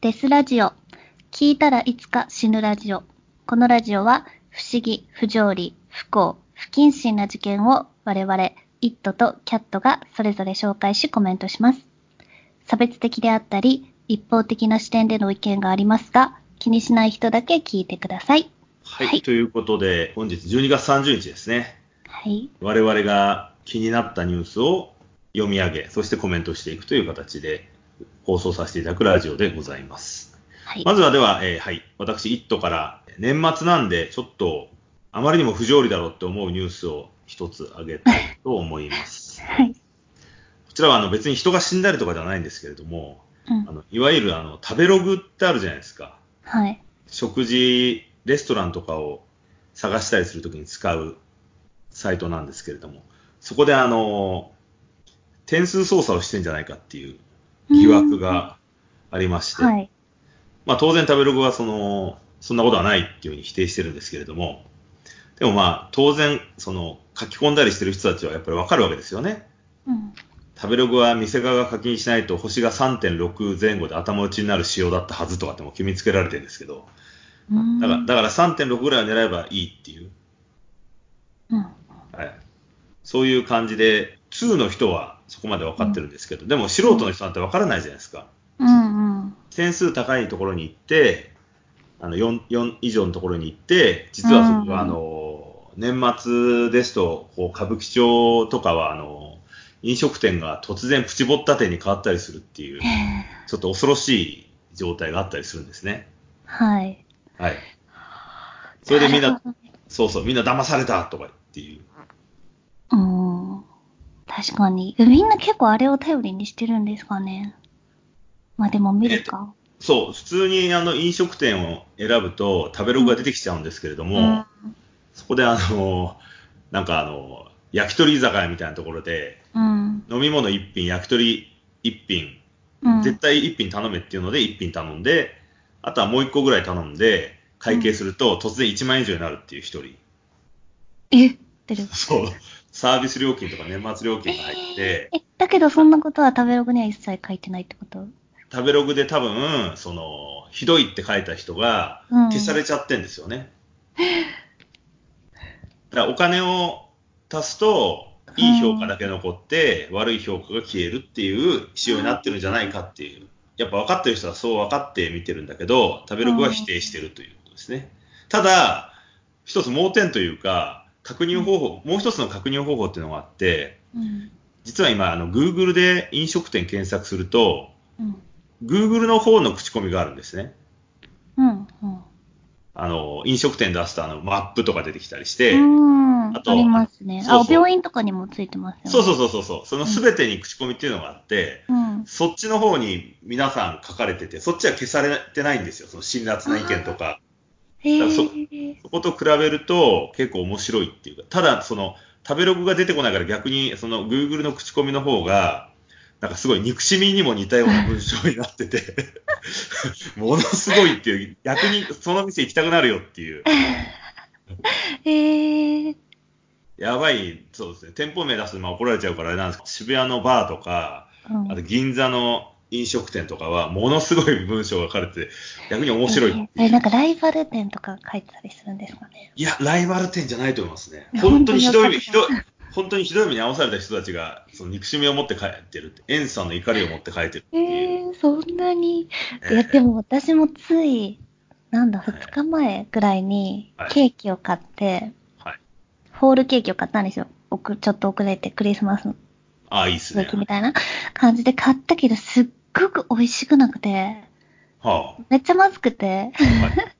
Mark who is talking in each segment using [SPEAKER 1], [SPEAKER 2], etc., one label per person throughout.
[SPEAKER 1] デスラジオ。聞いたらいつか死ぬラジオ。このラジオは、不思議、不条理、不幸、不謹慎な事件を我々、イットとキャットがそれぞれ紹介しコメントします。差別的であったり、一方的な視点での意見がありますが、気にしない人だけ聞いてください。
[SPEAKER 2] はい、
[SPEAKER 1] はい
[SPEAKER 2] ということで、本日12月30日ですね。
[SPEAKER 1] はい。
[SPEAKER 2] 我々が気になったニュースを読み上げ、そしてコメントしていくという形で放送させていただくラジオでございます。
[SPEAKER 1] はい。
[SPEAKER 2] まずはでは、えーはい、私、イットから年末なんで、ちょっとあまりにも不条理だろうって思うニュースを一つ挙げたいと思 います。
[SPEAKER 1] はい。
[SPEAKER 2] こちらはあの別に人が死んだりとかではないんですけれども、
[SPEAKER 1] うん
[SPEAKER 2] あ。のいわゆるあの食べログってあるじゃないですか。
[SPEAKER 1] はい。
[SPEAKER 2] 食事、レストランとかを探したりするときに使うサイトなんですけれども、そこであの、点数操作をしてんじゃないかっていう疑惑がありまして、
[SPEAKER 1] うん。はい。
[SPEAKER 2] まあ当然食べログはその、そんなことはないっていうふうに否定してるんですけれども、でもまあ当然その書き込んだりしてる人たちはやっぱりわかるわけですよね。
[SPEAKER 1] うん。
[SPEAKER 2] 食べログは店側が課金しないと星が3.6前後で頭打ちになる仕様だったはずとかってもう決めつけられてるんですけど、
[SPEAKER 1] うん
[SPEAKER 2] だからだから3.6ぐらいを狙えばいいっていう、
[SPEAKER 1] うん。
[SPEAKER 2] はい、そういう感じで、2の人はそこまで分かってるんですけど、でも素人の人なんて分からないじゃないですか。
[SPEAKER 1] うんうん。
[SPEAKER 2] 点数高いところに行って、あの 4, 4以上のところに行って、実はそこはあ
[SPEAKER 1] うん
[SPEAKER 2] の、年末ですと、こう歌舞伎町とかはあの飲食店が突然プチぼった店に変わったりするっていう、ちょっと恐ろしい状態があったりするんですね。
[SPEAKER 1] はい。
[SPEAKER 2] はい。それでみん
[SPEAKER 1] な
[SPEAKER 2] な
[SPEAKER 1] るほど、
[SPEAKER 2] そうそう、みんな騙されたとかっていう。
[SPEAKER 1] うん。確かに。みんな結構あれを頼りにしてるんですかね。まあでも見るか。
[SPEAKER 2] そう、普通にあの飲食店を選ぶと食べログが出てきちゃうんですけれども、
[SPEAKER 1] うん
[SPEAKER 2] そこであの、なんかあの、焼き鳥居酒屋みたいなところで、
[SPEAKER 1] うん。
[SPEAKER 2] 飲み物一品、焼き鳥一品、
[SPEAKER 1] うん。
[SPEAKER 2] 絶対一品頼めっていうので一品頼んで、あとはもう一個ぐらい頼んで、会計すると突然1万円以上になるっていう一人。
[SPEAKER 1] えってる。
[SPEAKER 2] そう。サービス料金とか年末料金が入って、
[SPEAKER 1] え、だけどそんなことは食べログには一切書いてないってこと
[SPEAKER 2] 食べログで多分、その、ひどいって書いた人が
[SPEAKER 1] うん
[SPEAKER 2] 消されちゃってんですよね。だからお金を足すと、いい評価だけ残って、悪い評価が消えるっていう仕様になってるんじゃないかっていう。やっぱ分かってる人はそう分かって見てるんだけど、食べログは否定してるということですね。ただ、一つ盲点というか、確認方法、もう一つの確認方法っていうのがあって、
[SPEAKER 1] うん。
[SPEAKER 2] 実は今、あの、Google で飲食店検索すると、
[SPEAKER 1] うん。
[SPEAKER 2] Google の方の口コミがあるんですね。
[SPEAKER 1] うん。うん。
[SPEAKER 2] あの、飲食店出すとあの、マップとか出てきたりして、
[SPEAKER 1] うん
[SPEAKER 2] あと
[SPEAKER 1] ありますね。
[SPEAKER 2] そう
[SPEAKER 1] あ、
[SPEAKER 2] そう
[SPEAKER 1] 病院とかにもついてますよね。
[SPEAKER 2] そう
[SPEAKER 1] う。
[SPEAKER 2] そうそうそう、その全てに口コミっていうのがあって、
[SPEAKER 1] うん。
[SPEAKER 2] そっちの方に皆さん書かれてて、そっちは消されてないんですよ、その辛辣な意見とか。
[SPEAKER 1] へ
[SPEAKER 2] だからそ
[SPEAKER 1] え。
[SPEAKER 2] そこと比べると結構面白いっていうか、ただその、食べログが出てこないから逆にその Google の口コミの方が、なんかすごい憎しみにも似たような文章になっ てて、ものすごいっていう、逆にその店行きたくなるよっていう。
[SPEAKER 1] へえ。
[SPEAKER 2] やばい、そうですね。店舗名出すとまあ怒られちゃうからあれなんですけど、渋谷のバーとか、
[SPEAKER 1] うん
[SPEAKER 2] あと銀座の飲食店とかは、ものすごい文章が書かれてて、逆に面白い。
[SPEAKER 1] え、なんかライバル店とか書いてたりするんですかね。
[SPEAKER 2] いや、ライバル店じゃないと思いますね
[SPEAKER 1] い。や
[SPEAKER 2] 本当にひどい目、
[SPEAKER 1] 本
[SPEAKER 2] ひ
[SPEAKER 1] 当
[SPEAKER 2] ど
[SPEAKER 1] に
[SPEAKER 2] い、本当にひどい目に遭わされた人たちが、その憎しみを持って帰ってるって、エンさんの怒りを持って帰ってるっていう。
[SPEAKER 1] えー、そんなに。い
[SPEAKER 2] え
[SPEAKER 1] や、
[SPEAKER 2] え
[SPEAKER 1] でも私もつい、なんだ、
[SPEAKER 2] はい
[SPEAKER 1] 2日前ぐらいに
[SPEAKER 2] はい
[SPEAKER 1] ケーキを買って、
[SPEAKER 2] はい。
[SPEAKER 1] ホールケーキを買ったんですよ。おくちょっと遅れてクリスマスの
[SPEAKER 2] ああ、いいです
[SPEAKER 1] ケ
[SPEAKER 2] ね
[SPEAKER 1] ーキ。みたいな感じで買ったけど、すっごく美味しくなくて、
[SPEAKER 2] は
[SPEAKER 1] めっちゃまずくて、
[SPEAKER 2] あ。はい。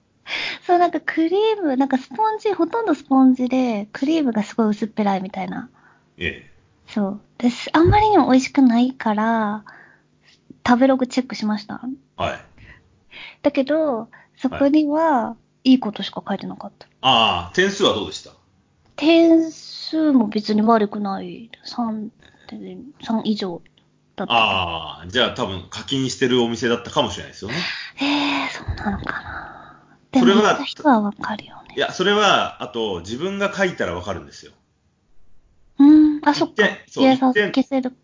[SPEAKER 1] そうなんかクリーム、なんかスポンジ、ほとんどスポンジで、クリームがすごい薄っぺらいみたいな。
[SPEAKER 2] え
[SPEAKER 1] そう。です。あんまりにも美味しくないから、食べログチェックしました。
[SPEAKER 2] え。はい。
[SPEAKER 1] だけど、そこには、いいことしか書いてなかった。
[SPEAKER 2] ああ、点数はどうでした
[SPEAKER 1] 点数も別に悪くない。3、3以上だった。
[SPEAKER 2] ああ、じゃあ多分課金してるお店だったかもしれないですよね。
[SPEAKER 1] ええー、そうなのかな。で
[SPEAKER 2] そ
[SPEAKER 1] も、
[SPEAKER 2] れは
[SPEAKER 1] 言った人はわかるよね。
[SPEAKER 2] いや、それは、あと、自分が書いたらわかるんですよ。
[SPEAKER 1] うん。あ、そっか
[SPEAKER 2] 一点。そう
[SPEAKER 1] 計算
[SPEAKER 2] 一点
[SPEAKER 1] 消せる。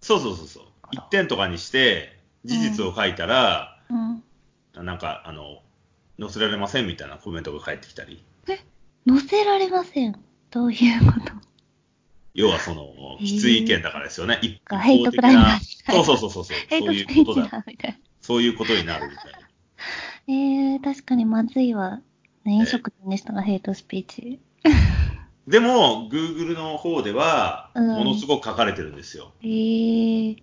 [SPEAKER 2] そうそうそうそう。1点とかにして、事実を書いたら、
[SPEAKER 1] うん。
[SPEAKER 2] なんか、あの、載せられませんみたいなコメントが返ってきたり、
[SPEAKER 1] 載せられません。どういうこと
[SPEAKER 2] 要はその、
[SPEAKER 1] へー
[SPEAKER 2] きつい意見だからですよね。一
[SPEAKER 1] かヘイトクライマーみたい
[SPEAKER 2] そう
[SPEAKER 1] な
[SPEAKER 2] そうそうそうそう。
[SPEAKER 1] ヘイ
[SPEAKER 2] そう
[SPEAKER 1] ト
[SPEAKER 2] い
[SPEAKER 1] スピ
[SPEAKER 2] う
[SPEAKER 1] ー
[SPEAKER 2] こ
[SPEAKER 1] チ
[SPEAKER 2] とだ。
[SPEAKER 1] だ、みたいな。
[SPEAKER 2] そういうことになるみたいな。
[SPEAKER 1] えー、確かにまずいわ。ね、飲食店でしたが、ヘイトスピーチ。
[SPEAKER 2] でも、Google の方では、
[SPEAKER 1] うん
[SPEAKER 2] ものすごく書かれてるんですよ。
[SPEAKER 1] えー、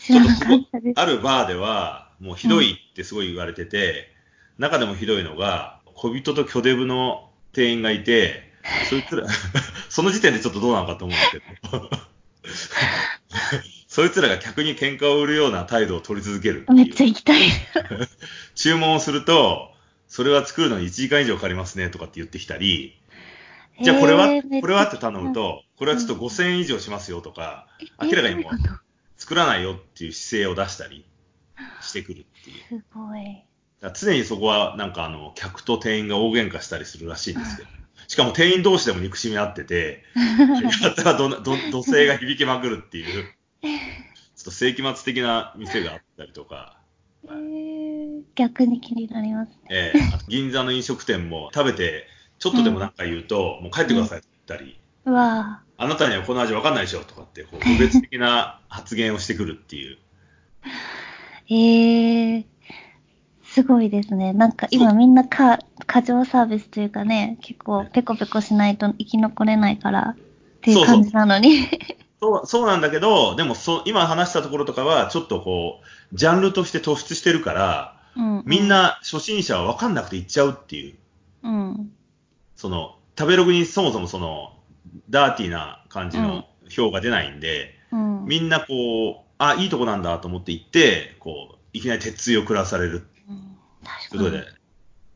[SPEAKER 1] 知
[SPEAKER 2] ちょ
[SPEAKER 1] ら
[SPEAKER 2] っと
[SPEAKER 1] な
[SPEAKER 2] す
[SPEAKER 1] か
[SPEAKER 2] ご
[SPEAKER 1] ったです。
[SPEAKER 2] あるバーでは、もうひどいってすごい言われてて、中でもひどいのが、小人と巨デブの店員がいて、そいつら、 その時点でちょっとどうなのかと思うんですけど。 そいつらが客に喧嘩を売るような態度を取り続けるって
[SPEAKER 1] めっちゃ
[SPEAKER 2] いう。
[SPEAKER 1] 行きたい。
[SPEAKER 2] 注文をすると、それは作るのに1時間以上かかりますねとかって言ってきたり、じゃあこれは、
[SPEAKER 1] えーめっちゃ
[SPEAKER 2] これはって頼むと、これはちょっと5000円以上しますよとか、明らかにもう
[SPEAKER 1] えどういうこ
[SPEAKER 2] 作らないよっていう姿勢を出したりしてくるっていう。
[SPEAKER 1] とすごい。
[SPEAKER 2] だから常にそこはなんかあの、客と店員が大喧嘩したりするらしいんですけど。しかも店員同士でも憎しみ合って て、やったらどなど怒声が響きまくるっていう、ちょっと世紀末的な店があったりとか、
[SPEAKER 1] えー、逆に気になります。
[SPEAKER 2] ええあと銀座の飲食店も食べて、ちょっとでもなんか言うと、もう帰ってくださいって言ったり、
[SPEAKER 1] うわ
[SPEAKER 2] あなたにはこの味わかんないでしょとかって、こう、無別的な発言をしてくるっていう。
[SPEAKER 1] ーえー、すごいですね。なんか今みんなか過剰サービスというかね、結構ペコペコしないと生き残れないからっていう感じなの に。
[SPEAKER 2] そうそうなんだけど、でもそう今話したところとかは、ちょっとこう、ジャンルとして突出してるから、
[SPEAKER 1] うん
[SPEAKER 2] みん、な初心者は分かんなくて行っちゃうっていう、
[SPEAKER 1] うん。
[SPEAKER 2] その、食べログにそもそもその、ダーティーな感じ
[SPEAKER 1] うん
[SPEAKER 2] の表が出ないんで、
[SPEAKER 1] うん。
[SPEAKER 2] みんなこう、あ、いいとこなんだと思って行って、こう、いきなり鉄槌を食らわされるって
[SPEAKER 1] うん
[SPEAKER 2] こ
[SPEAKER 1] 確
[SPEAKER 2] と
[SPEAKER 1] か
[SPEAKER 2] で、
[SPEAKER 1] に。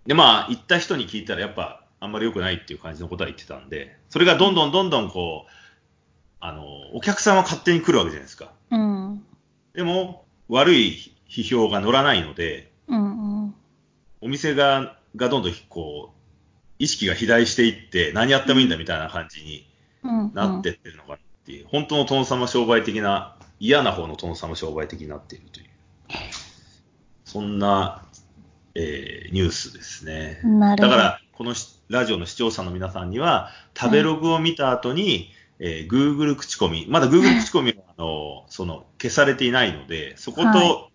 [SPEAKER 2] で、まあ、行った人に聞いたら、やっぱ、あんまり良くないっていう感じのことは言ってたんで、それがどんどんどんどんこう、あの、お客さんは勝手に来るわけじゃないですか。
[SPEAKER 1] うん。
[SPEAKER 2] でも、悪い批評が乗らないので、
[SPEAKER 1] うんうん。
[SPEAKER 2] お店が、がどんどんこう、意識が肥大していって、何やってもいいんだみたいな感じに
[SPEAKER 1] うん。
[SPEAKER 2] なってっ。てるのかなっていう、本当の殿様商売的な、嫌な方の殿様商売的になっているという、そんな、えーニュースですね。
[SPEAKER 1] なる
[SPEAKER 2] だ
[SPEAKER 1] ほ
[SPEAKER 2] か
[SPEAKER 1] ど。
[SPEAKER 2] ら、このしラジオの視聴者の皆さんには、食べログを見た後に、えー Google 口コミ、まだ Google 口コミは、あの、その、消されていないので、そこ
[SPEAKER 1] はい
[SPEAKER 2] と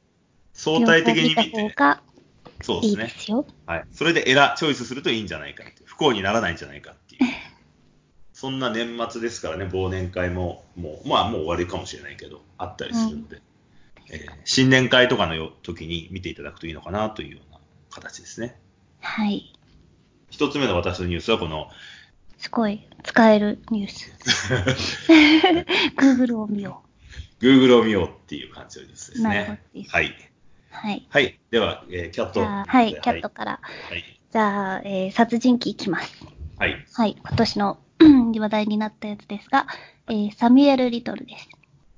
[SPEAKER 2] 相対的に
[SPEAKER 1] 両
[SPEAKER 2] 見
[SPEAKER 1] 方見
[SPEAKER 2] て、
[SPEAKER 1] た方が
[SPEAKER 2] そうで
[SPEAKER 1] い
[SPEAKER 2] す
[SPEAKER 1] いで
[SPEAKER 2] ね。
[SPEAKER 1] すよ。
[SPEAKER 2] はい。それで選、チョイスするといいんじゃないかっていう不幸にならないんじゃないかっていう。そんな年末ですからね、忘年会も、もう、まあもう終わりかもしれないけど、あったりするので、えー新年会とかのよ時に見ていただくといいのかなというような形ですね。
[SPEAKER 1] はい。
[SPEAKER 2] 一つ目の私のニュースはこの、
[SPEAKER 1] すごい。使えるニュース。Google を見よ
[SPEAKER 2] Google を見ようっていう感じのニュースです
[SPEAKER 1] なるほ
[SPEAKER 2] ね
[SPEAKER 1] どで。す
[SPEAKER 2] はい。
[SPEAKER 1] う。はい。
[SPEAKER 2] はい。では、えーキャッ
[SPEAKER 1] じ
[SPEAKER 2] ト。
[SPEAKER 1] ゃあ、はい、キャット。から。
[SPEAKER 2] はい。
[SPEAKER 1] じゃあ、えー殺人鬼いきます。
[SPEAKER 2] はい。
[SPEAKER 1] はい、今年の話題になったやつですが、えーサミュエル・リトルです。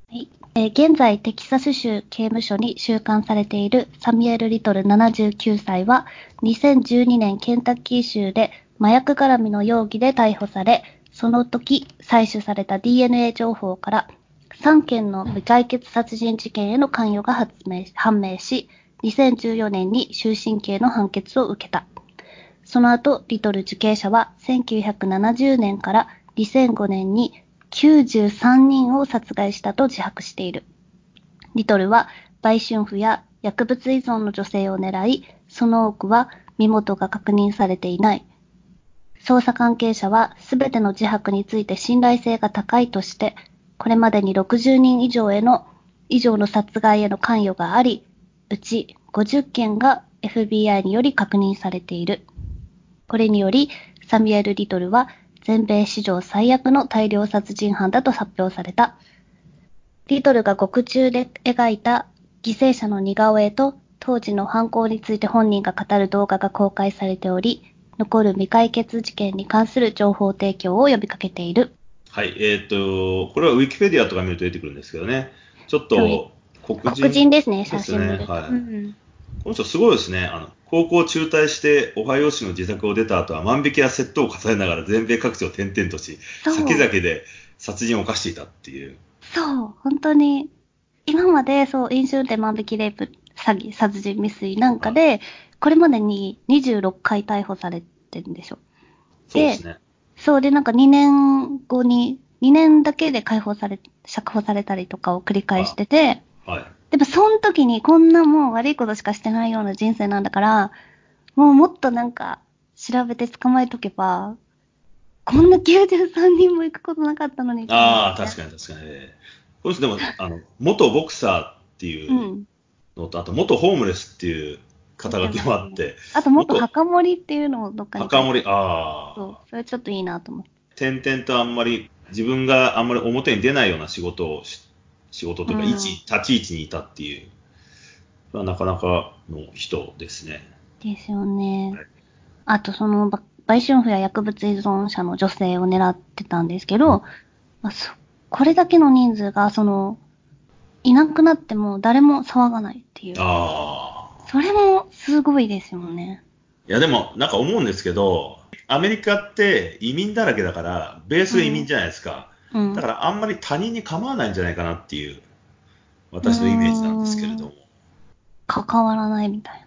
[SPEAKER 1] はいえー現在、テキサス州刑務所に収監されているサミュエル・リトル79歳は、2012年ケンタッキー州で麻薬絡みの容疑で逮捕され、その時採取された DNA 情報から、3件の未解決殺人事件への関与が発明判明し、2014年に終身刑の判決を受けた。その後、リトル受刑者は1970年から2005年に93人を殺害したと自白している。リトルは売春婦や薬物依存の女性を狙い、その多くは身元が確認されていない。捜査関係者は全ての自白について信頼性が高いとして、これまでに60人以上への、以上の殺害への関与があり、うち50件が FBI により確認されている。これにより、サミュエル・リトルは全米史上最悪の大量殺人犯だと発表された。リトルが獄中で描いた犠牲者の似顔絵と当時の犯行について本人が語る動画が公開されており、残る未解決事件に関する情報提供を呼びかけている。
[SPEAKER 2] はい。えーっ、と、これは Wikipedia とか見ると出てくるんですけどね。ちょっと、黒人。
[SPEAKER 1] 黒人ですね、
[SPEAKER 2] そう
[SPEAKER 1] 写
[SPEAKER 2] です
[SPEAKER 1] 真
[SPEAKER 2] ね
[SPEAKER 1] 見ると。
[SPEAKER 2] はい
[SPEAKER 1] うん
[SPEAKER 2] この人すごいですね。あの、高校を中退して、オハイオ州の自宅を出た後は万引きや窃盗を重ねながら全米各地を転々とし、
[SPEAKER 1] そう
[SPEAKER 2] 先々で殺人を犯していたっていう。
[SPEAKER 1] そう、本当に、今までそう、飲酒運転万引きレイプ、詐欺、殺人未遂なんかで、これまでに26回逮捕されてるんでしょ。
[SPEAKER 2] そうですね。
[SPEAKER 1] そうで、なんか2年後に、2年だけで解放され、釈放されたりとかを繰り返してて、
[SPEAKER 2] はい。
[SPEAKER 1] でもその時にこんなもう悪いことしかしてないような人生なんだから、もうもっとなんか調べて捕まえとけば、こんな93人も行くことなかったのに。
[SPEAKER 2] ああ、確
[SPEAKER 1] か。
[SPEAKER 2] かに確かに。ええこれでも、あの、元ボクサーっていううんのと、あと元ホームレスっていう肩書きもあって、
[SPEAKER 1] あともっと墓守りっていうのをどっかに。
[SPEAKER 2] 墓守り、
[SPEAKER 1] そう
[SPEAKER 2] ああ、。
[SPEAKER 1] それちょっといいなと思って。
[SPEAKER 2] 点々とあんまり、自分があんまり表に出ないような仕事をし、仕事というか、
[SPEAKER 1] うん
[SPEAKER 2] 位置、立ち位置にいたっていう、まあ、なかなかの人ですね。
[SPEAKER 1] ですよね
[SPEAKER 2] はい。
[SPEAKER 1] あとその、ば売春婦や薬物依存者の女性を狙ってたんですけど、まあ、そこれだけの人数が、その、いなくなっても誰も騒がないっていう。
[SPEAKER 2] ああ。
[SPEAKER 1] それもすごいですよね。
[SPEAKER 2] いや、でも、なんか思うんですけど、アメリカって移民だらけだから、ベースが移民じゃないですか。
[SPEAKER 1] うん。
[SPEAKER 2] だからあんまり他人に構わないんじゃないかなっていう、私のイメージなんですけれども。
[SPEAKER 1] 関わらないみたい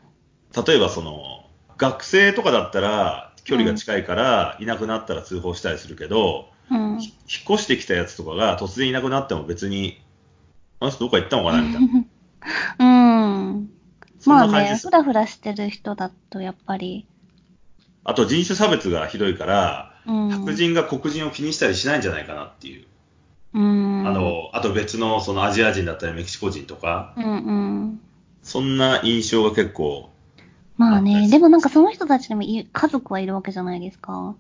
[SPEAKER 1] な。
[SPEAKER 2] 例えばその、学生とかだったら、距離が近いから、いなくなったら通報したりするけど、
[SPEAKER 1] うん。
[SPEAKER 2] ひ引っ越してきたやつとかが突然いなくなっても別に、あの人どっか行ったのかなみたい な。
[SPEAKER 1] うん。
[SPEAKER 2] そん
[SPEAKER 1] まあ
[SPEAKER 2] な感じで
[SPEAKER 1] ね、
[SPEAKER 2] す
[SPEAKER 1] ふ。らふらしてる人だとやっぱり。
[SPEAKER 2] あと人種差別がひどいから、
[SPEAKER 1] うん。
[SPEAKER 2] 白人が黒人を気にしたりしないんじゃないかなっていう。
[SPEAKER 1] うん。
[SPEAKER 2] あ、の、あと別のそのアジア人だったりメキシコ人とか、
[SPEAKER 1] うんうん。
[SPEAKER 2] そんな印象が結構
[SPEAKER 1] まあ
[SPEAKER 2] あったり
[SPEAKER 1] ね、
[SPEAKER 2] す
[SPEAKER 1] でもなんかその人たちでもい家族はいるわけじゃないですか。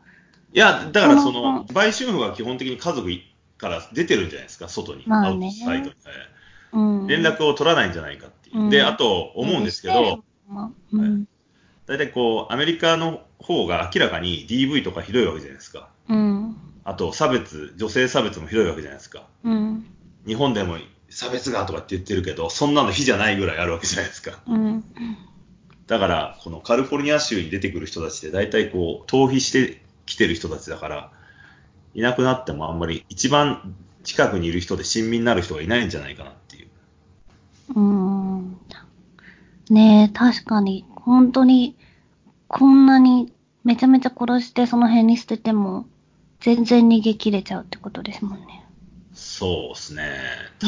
[SPEAKER 2] いや、だからそ
[SPEAKER 1] うんう
[SPEAKER 2] の
[SPEAKER 1] ん、
[SPEAKER 2] 売春婦は基本的に家族から出てるんじゃないですか、外に。
[SPEAKER 1] まあね
[SPEAKER 2] アウトサイドにえ
[SPEAKER 1] うん。
[SPEAKER 2] ー連絡を取らないんじゃないかっていう。
[SPEAKER 1] うん
[SPEAKER 2] で、あと、思うんですけど、、
[SPEAKER 1] まあうん。
[SPEAKER 2] 大体こう、アメリカの方が明らかに DV とかひどいわけじゃないですか。
[SPEAKER 1] うん。
[SPEAKER 2] あと、差別、女性差別もひどいわけじゃないですか。
[SPEAKER 1] うん。
[SPEAKER 2] 日本でも差別がとかって言ってるけど、そんなの非じゃないぐらいあるわけじゃないですか。
[SPEAKER 1] うん。
[SPEAKER 2] だから、このカリフォルニア州に出てくる人たちって、大体こう、逃避してきてる人たちだから、いなくなってもあんまり一番近くにいる人で親身になる人がいないんじゃないかなっていう。
[SPEAKER 1] うん。ねえ、確かに、本当に、こんなにめちゃめちゃ殺してその辺に捨てても、全然逃げ切れちゃうってことですもんね。
[SPEAKER 2] そうですね。多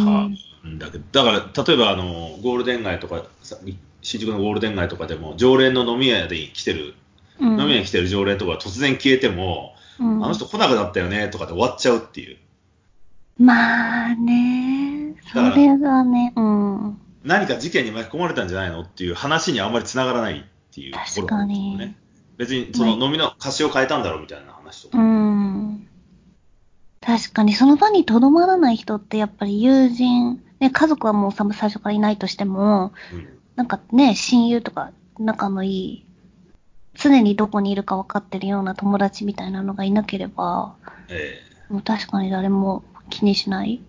[SPEAKER 2] 分だけど、だから、例えばあの、ゴールデン街とか、さ新宿のゴールデン街とかでも、常連の飲み屋で来てる、
[SPEAKER 1] うん。
[SPEAKER 2] 飲み屋に来てる常連とか突然消えても、
[SPEAKER 1] うん、
[SPEAKER 2] あの人来なくなったよねとかで終わっちゃうっていう。
[SPEAKER 1] まあね、それがね、うん。
[SPEAKER 2] 何か事件に巻き込まれたんじゃないのっていう話にあんまり繋がらないっていうところなんですよね。別にその飲みの歌詞を変えたんだろうみたいな話と
[SPEAKER 1] う
[SPEAKER 2] か。
[SPEAKER 1] ん。確かに、その場にとどまらない人って、やっぱり友人、ね、家族はもうさ最初からいないとしても、
[SPEAKER 2] うん
[SPEAKER 1] なんかね、親友とか仲のいい、常にどこにいるか分かってるような友達みたいなのがいなければ、
[SPEAKER 2] ええ
[SPEAKER 1] もう確かに誰も気にしない。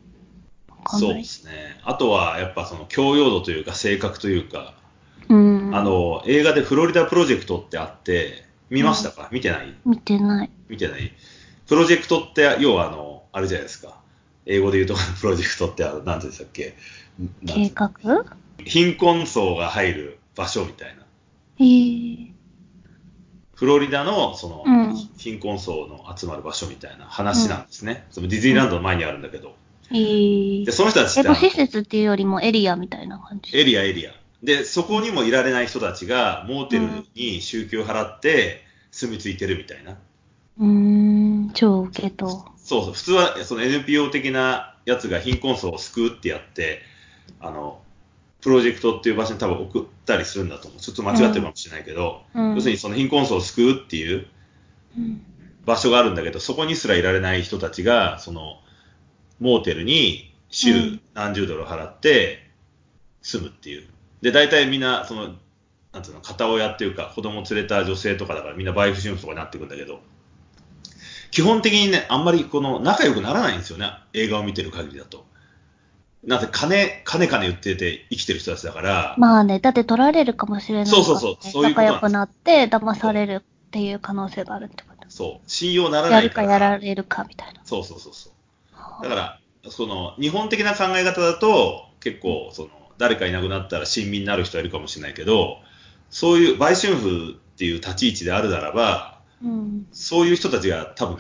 [SPEAKER 1] わかん
[SPEAKER 2] そう
[SPEAKER 1] な
[SPEAKER 2] で
[SPEAKER 1] い。
[SPEAKER 2] すね。あとはやっぱその教養度というか性格というか、
[SPEAKER 1] うん。
[SPEAKER 2] あ、の映画でフロリダプロジェクトってあって、見ましたか、見てない
[SPEAKER 1] 見てない。
[SPEAKER 2] 見てないプロジェクトって要はあの、あれじゃないですか。英語で言うとプロジェクトってあのなんて言うんでしたっけなんて言
[SPEAKER 1] 計
[SPEAKER 2] うん
[SPEAKER 1] 画
[SPEAKER 2] 貧困層が入る場所みたいな。
[SPEAKER 1] ええ
[SPEAKER 2] フロリダのその、
[SPEAKER 1] うん
[SPEAKER 2] 貧困層の集まる場所みたいな話なんですね。そのディズニーランドの前にあるんだけど。
[SPEAKER 1] ええ
[SPEAKER 2] で、その人たち
[SPEAKER 1] や
[SPEAKER 2] っ
[SPEAKER 1] って
[SPEAKER 2] あ
[SPEAKER 1] ぱ
[SPEAKER 2] の
[SPEAKER 1] 施設っていうよりもエリアみたいな感じ。
[SPEAKER 2] エリアエリア。で、そこにもいられない人たちがモーテルに週休払って住み着いてるみたいな。
[SPEAKER 1] うーん、超受けと。
[SPEAKER 2] そうそう。普通はその NPO 的なやつが貧困層を救うってやって、あの、プロジェクトっていう場所に多分送ったりするんだと思う。ちょっと間違ってるかもしれないけど、
[SPEAKER 1] うん
[SPEAKER 2] 要するにその貧困層を救うっていう
[SPEAKER 1] うん
[SPEAKER 2] 場所があるんだけど、そこにすらいられない人たちが、その、モーテルに
[SPEAKER 1] う
[SPEAKER 2] 週
[SPEAKER 1] ん
[SPEAKER 2] 何十ドル払って住むっていう。で、大体みんな、その、なんていうの、片親っていうか、子供連れた女性とかだからみんなバイクシュンとかになってくんだけど、基本的にね、あんまりこの仲良くならないんですよね、映画を見てる限りだと。なんて金、金金言ってて生きてる人たちだから、
[SPEAKER 1] まあね、だって取られるかもしれないからね
[SPEAKER 2] そうそうそうそういうこと
[SPEAKER 1] 仲
[SPEAKER 2] なんです
[SPEAKER 1] 良くなって騙されるっていう可能性があるってこと。
[SPEAKER 2] そう、信用ならな
[SPEAKER 1] やる
[SPEAKER 2] いか。
[SPEAKER 1] からやられるかみたいな。
[SPEAKER 2] そうそうそうそう。だから、その、日本的な考え方だと、結構、その、誰かいなくなったら親身になる人はいるかもしれないけど、そういう売春婦っていう立ち位置であるならば、
[SPEAKER 1] うん。
[SPEAKER 2] そういう人たちが多分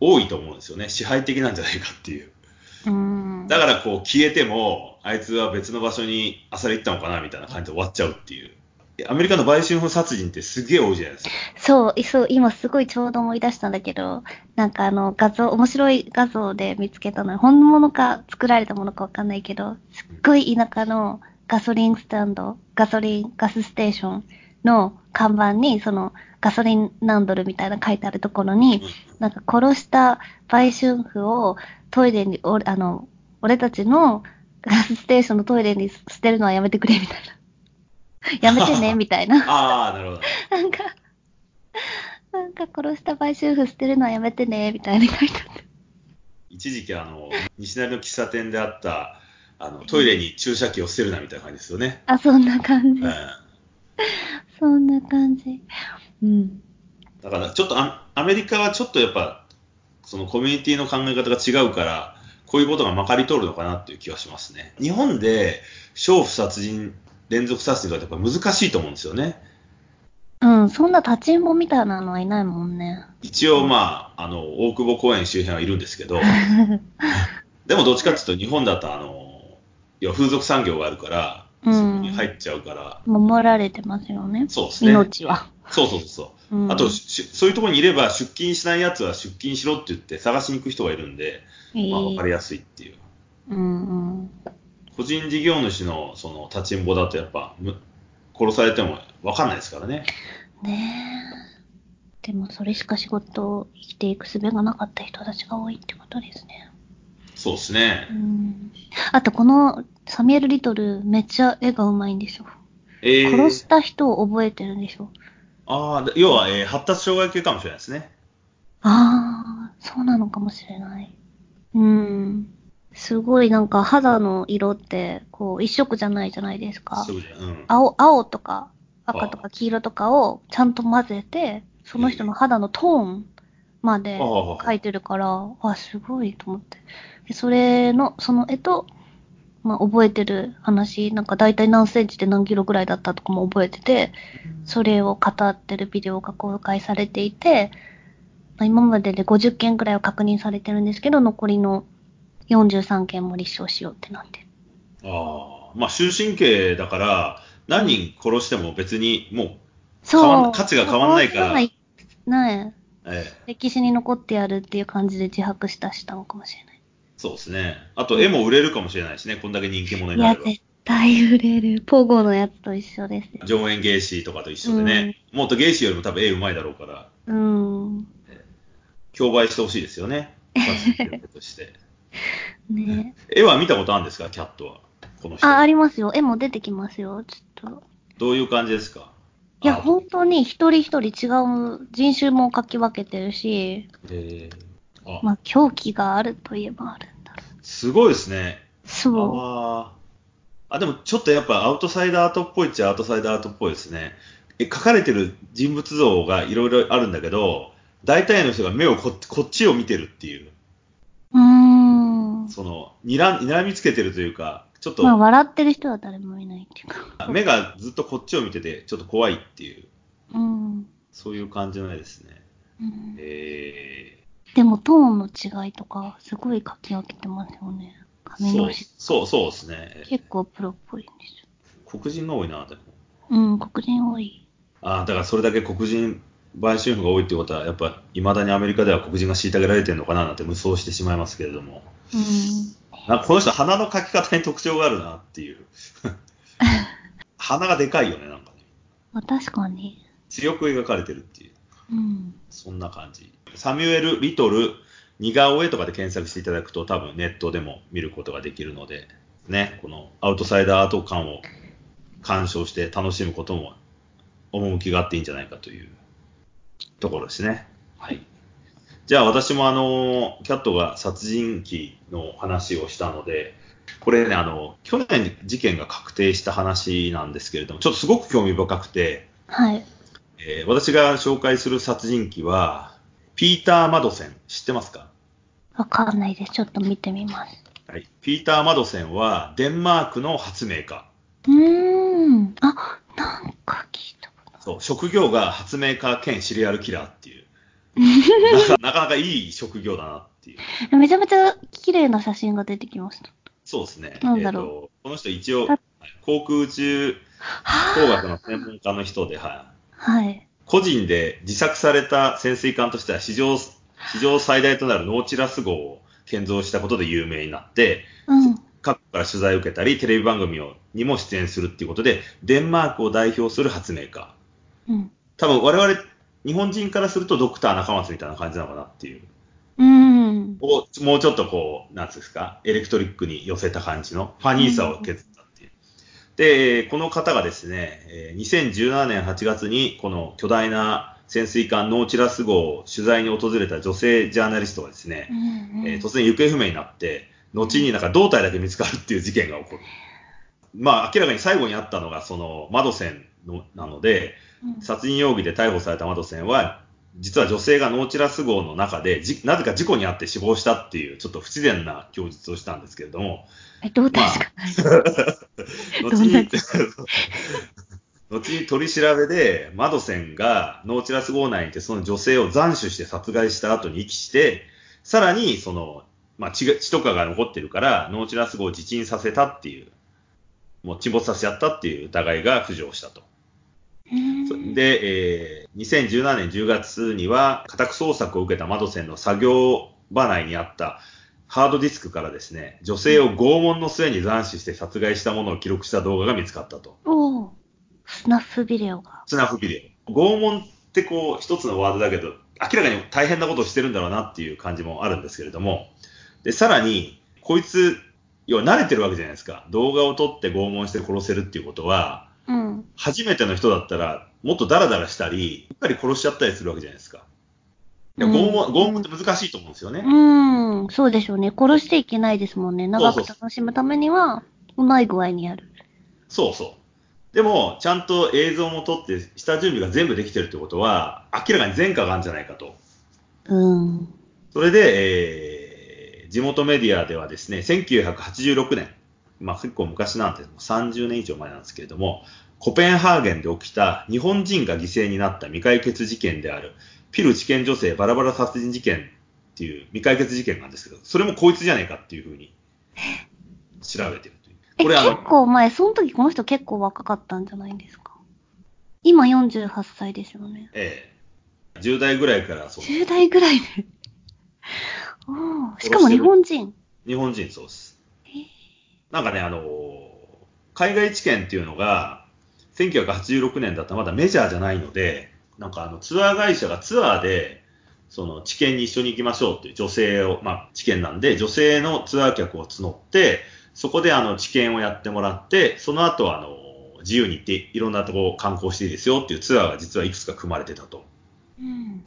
[SPEAKER 2] 多いと思うんですよね。支配的なんじゃないかっていう。
[SPEAKER 1] うん。
[SPEAKER 2] だからこう消えても、あいつは別の場所にあさり行ったのかなみたいな感じで終わっちゃうっていう。アメリカの売春婦殺人ってすげえ多いじゃないですか。
[SPEAKER 1] そう、いそう、今すごいちょうど思い出したんだけど、なんかあの画像、面白い画像で見つけたのよ本物か作られたものかわかんないけど、すっごい田舎のガソリンスタンド、ガソリン、ガスステーションの看板に、そのガソリン何ドルみたいな書いてあるところに、なんか殺した売春婦をトイレに、おあの、俺たちのガスステーションのトイレに捨てるのはやめてくれ、みたいな。やめてね、みたいな。
[SPEAKER 2] ああ、なるほど。
[SPEAKER 1] なんか、なんか殺した売春婦捨てるのはやめてね、みたいな書いてあって。
[SPEAKER 2] 一時期あの、西成の喫茶店であった、あの、トイレに注射器を捨てるなみたいな感じですよね。
[SPEAKER 1] あ、そんな感
[SPEAKER 2] う
[SPEAKER 1] じ
[SPEAKER 2] ん。。
[SPEAKER 1] そんな感じ。うん。
[SPEAKER 2] だからちょっとアアメリカはちょっとやっぱそのコミュニティの考え方が違うからこういうことがまかり通るのかなっていう気はしますね日本で娼婦殺人連続殺人とかってやっぱ難しいと思うんですよね
[SPEAKER 1] うん、そんな立ちんぼみたいなのはいないもんね。
[SPEAKER 2] 一応まああの大久保公園周辺はいるんですけど でもどっちかっていうと日本だとあのいや風俗産業があるから
[SPEAKER 1] うん
[SPEAKER 2] そこに入っちゃうから、
[SPEAKER 1] 守られてますよね。
[SPEAKER 2] そうですね
[SPEAKER 1] 命は。
[SPEAKER 2] そうそうそうそう
[SPEAKER 1] うん、
[SPEAKER 2] あと、しそういうところにいれば出勤しないやつは出勤しろって言って探しに行く人がいるんで、まあ、分かり
[SPEAKER 1] や
[SPEAKER 2] やすいっていう
[SPEAKER 1] すい。うんうん。
[SPEAKER 2] 個人事業主のその立ちんぼだとやっぱむ殺されても分かんないですからね。
[SPEAKER 1] ねえ。でもそれしか仕事を生きていく術がなかった人たちが多いってことですね。
[SPEAKER 2] そうですね
[SPEAKER 1] う。ん。あとこのサミュエル・リトルめっちゃ絵がうまいんですよ。
[SPEAKER 2] え
[SPEAKER 1] 殺し
[SPEAKER 2] ー、
[SPEAKER 1] た人を覚えてるんでしょ。
[SPEAKER 2] ああ、で要は、えー発達障害系かもしれないですね。
[SPEAKER 1] ああ、そうなのかもしれない。うん。すごいなんか肌の色って、こう、一色じゃないじゃないですか
[SPEAKER 2] そ。うじゃんうん。
[SPEAKER 1] 青、青とか赤とか黄色とかをちゃんと混ぜて、その人の肌のトーンまで
[SPEAKER 2] ああ
[SPEAKER 1] 描いてるから、あ、すごいと思って。でそれの、その絵と、まあ、覚えてる話、なんか大体何センチで何キロぐらいだったとかも覚えてて、それを語ってるビデオが公開されていて、まあ、今までで50件ぐらいは確認されてるんですけど、残りの43件も立証しようってなってる。
[SPEAKER 2] ああ、まあ終身刑だから何人殺しても別にもう、変わ
[SPEAKER 1] そ
[SPEAKER 2] ん
[SPEAKER 1] う。
[SPEAKER 2] 価値が変わんないから
[SPEAKER 1] そうないねえ
[SPEAKER 2] えー
[SPEAKER 1] 歴史に残ってやるっていう感じで自白したしたのかもしれない。
[SPEAKER 2] そうですね。あと絵も売れるかもしれないしね、こんだけ人気者に
[SPEAKER 1] い
[SPEAKER 2] な
[SPEAKER 1] や、
[SPEAKER 2] れば。
[SPEAKER 1] 絶対売れる。ポーゴのやつと一緒です。
[SPEAKER 2] 上演芸師とかと一緒でね、もっと芸師よりも多分絵うまいだろうから、
[SPEAKER 1] うん。
[SPEAKER 2] 競売してほしいです よね。殺人力として。
[SPEAKER 1] ね
[SPEAKER 2] 絵は見たことあるんですか、キャットは。この人
[SPEAKER 1] あ、ありますよ。絵も出てきますよ。ちょっと。
[SPEAKER 2] どういう感じですか
[SPEAKER 1] いや、
[SPEAKER 2] あ
[SPEAKER 1] 本当に一人一人違う人種も書き分けてるし、
[SPEAKER 2] えーあ
[SPEAKER 1] まあ、狂気があるといえばあるんだろ
[SPEAKER 2] すごいですね。
[SPEAKER 1] う。そう。
[SPEAKER 2] あーあ、でもちょっとやっぱアウトサイダーアートっぽいっちゃアウトサイダーアートっぽいですね。え書かれてる人物像がいろいろあるんだけど、大体の人が目をこっこっちを見てるっていう、
[SPEAKER 1] うーん。
[SPEAKER 2] その、にらにらみつけてるというか、ちょっと
[SPEAKER 1] まあ、笑ってる人は誰もいないっていうか。
[SPEAKER 2] 目がずっとこっちを見てて、ちょっと怖いっていう、
[SPEAKER 1] うん。
[SPEAKER 2] そういう感じの絵ですね。
[SPEAKER 1] うん
[SPEAKER 2] えー
[SPEAKER 1] でもトーンの違いとか、すごい書き分けてますよね。髪
[SPEAKER 2] そ
[SPEAKER 1] の
[SPEAKER 2] う
[SPEAKER 1] 質
[SPEAKER 2] そうそうですね。
[SPEAKER 1] 結構プロっぽいんですよ。
[SPEAKER 2] 黒人が多いな、でも。
[SPEAKER 1] うん、黒人多い。
[SPEAKER 2] ああ、だからそれだけ黒人売春婦が多いってことは、やっぱいまだにアメリカでは黒人が虐げられてるのかななんて無双してしまいますけれども、
[SPEAKER 1] うん。
[SPEAKER 2] なんかこの人、鼻の描き方に特徴があるなっていう、鼻がでかいよね、なんかね、
[SPEAKER 1] まあ、確かに。
[SPEAKER 2] 強く描かれてるっていう、
[SPEAKER 1] うん。
[SPEAKER 2] そんな感じ。サミュエル・リトル、似顔絵とかで検索していただくと、多分ネットでも見ることができるので、ね、このアウトサイダーアート感を鑑賞して楽しむことも、趣があっていいんじゃないかというところですね。はい。じゃあ私もあの、キャットが殺人鬼の話をしたので、これね、あの、去年事件が確定した話なんですけれども、ちょっとすごく興味深くて、
[SPEAKER 1] はい。
[SPEAKER 2] えー私が紹介する殺人鬼は、ピーター・マドセン、知ってますか
[SPEAKER 1] わかんないです。ちょっと見てみます。
[SPEAKER 2] はい。ピーター・マドセンは、デンマークの発明家。
[SPEAKER 1] うーん。あ、なんか聞い
[SPEAKER 2] そう、職業が発明家兼シリアルキラーって いう。なかなかなかいい職業だなっていう。
[SPEAKER 1] めちゃめちゃ綺麗な写真が出てきました。
[SPEAKER 2] そうですね。
[SPEAKER 1] なんだろ
[SPEAKER 2] えーとこの人一応
[SPEAKER 1] あ、
[SPEAKER 2] 航空宇宙工学の専門家の人で、はい。
[SPEAKER 1] はい。
[SPEAKER 2] 個人で自作された潜水艦としては史上、史上最大となるノーチラス号を建造したことで有名になって、
[SPEAKER 1] うん。
[SPEAKER 2] 各国から取材を受けたり、テレビ番組をにも出演するっていうことで、デンマークを代表する発明家。
[SPEAKER 1] うん。
[SPEAKER 2] 多分我々、日本人からするとドクター中松みたいな感じなのかなっていう。
[SPEAKER 1] うん。
[SPEAKER 2] をもうちょっとこう、なんつうんですか、エレクトリックに寄せた感じのファニーさを削ったっていう。で、この方がですね、えー2017年8月にこの巨大な潜水艦ノーチラス号を取材に訪れた女性ジャーナリストがですね、えー突然行方不明になって、後になんか胴体だけ見つかるっていう事件が起こる。まあ明らかに最後にあったのがそのマドセンのなので、殺人容疑で逮捕されたマドセンは、実は女性がノーチラス号の中でじ、なぜか事故に遭って死亡したっていう、ちょっと不自然な供述をしたんですけれども、
[SPEAKER 1] え、胴体しかない。
[SPEAKER 2] 後
[SPEAKER 1] どんな
[SPEAKER 2] に、 後に取り調べで、マドセンがノーチラス号内にいて、その女性を斬首して殺害した後に遺棄して、さらに、その、まあ、血が血とかが残ってるから、ノーチラス号を自沈させたっていう、もう沈没させちゃったっていう疑いが浮上したと。
[SPEAKER 1] うん
[SPEAKER 2] で、えー2017年10月には、家宅捜索を受けた窓線の作業場内にあったハードディスクからですね、女性を拷問の末に斬首して殺害したものを記録した動画が見つかったと。
[SPEAKER 1] おースナップビデオが。
[SPEAKER 2] スナフビデオ。拷問ってこう、一つのワードだけど、明らかに大変なことをしてるんだろうなっていう感じもあるんですけれども、で、さらに、こいつ、要は慣れてるわけじゃないですか。動画を撮って拷問して殺せるっていうことは、
[SPEAKER 1] うん。
[SPEAKER 2] 初めての人だったら、もっとダラダラしたり、うっかり殺しちゃったりするわけじゃないですか。いや
[SPEAKER 1] うん
[SPEAKER 2] 拷問、拷問って難しいと思うんですよね。
[SPEAKER 1] うん、そうでしょうね。殺していけないですもんね。長く楽しむためには、うまい具合にやる。
[SPEAKER 2] そうそう。でも、ちゃんと映像も撮って、下準備が全部できてるってことは、明らかに前科があるんじゃないかと。
[SPEAKER 1] うん。
[SPEAKER 2] それで、えー地元メディアではですね、1986年、まあ結構昔なんて、もう30年以上前なんですけれども、コペンハーゲンで起きた日本人が犠牲になった未解決事件である、ピル知見女性バラバラ殺人事件っていう未解決事件なんですけど、それもこいつじゃねえかっていうふうに調べてるという。
[SPEAKER 1] え、
[SPEAKER 2] これあの
[SPEAKER 1] 結構前、その時この人結構若かったんじゃないんですか。今48歳ですよね。
[SPEAKER 2] ええ10代ぐらいからそう、
[SPEAKER 1] 10代ぐらいで。おーしかも日本人。
[SPEAKER 2] 日本人そうです。
[SPEAKER 1] へー
[SPEAKER 2] なんかね、あのー海外知見っていうのが、1986年だったらまだメジャーじゃないので、なんかあのツアー会社がツアーで、その知見に一緒に行きましょうっていう女性を、まあ知見なんで、女性のツアー客を募って、そこであの知見をやってもらって、その後はあのー自由に行っていろんなとこを観光していいですよっていうツアーが実はいくつか組まれてたと。
[SPEAKER 1] うん。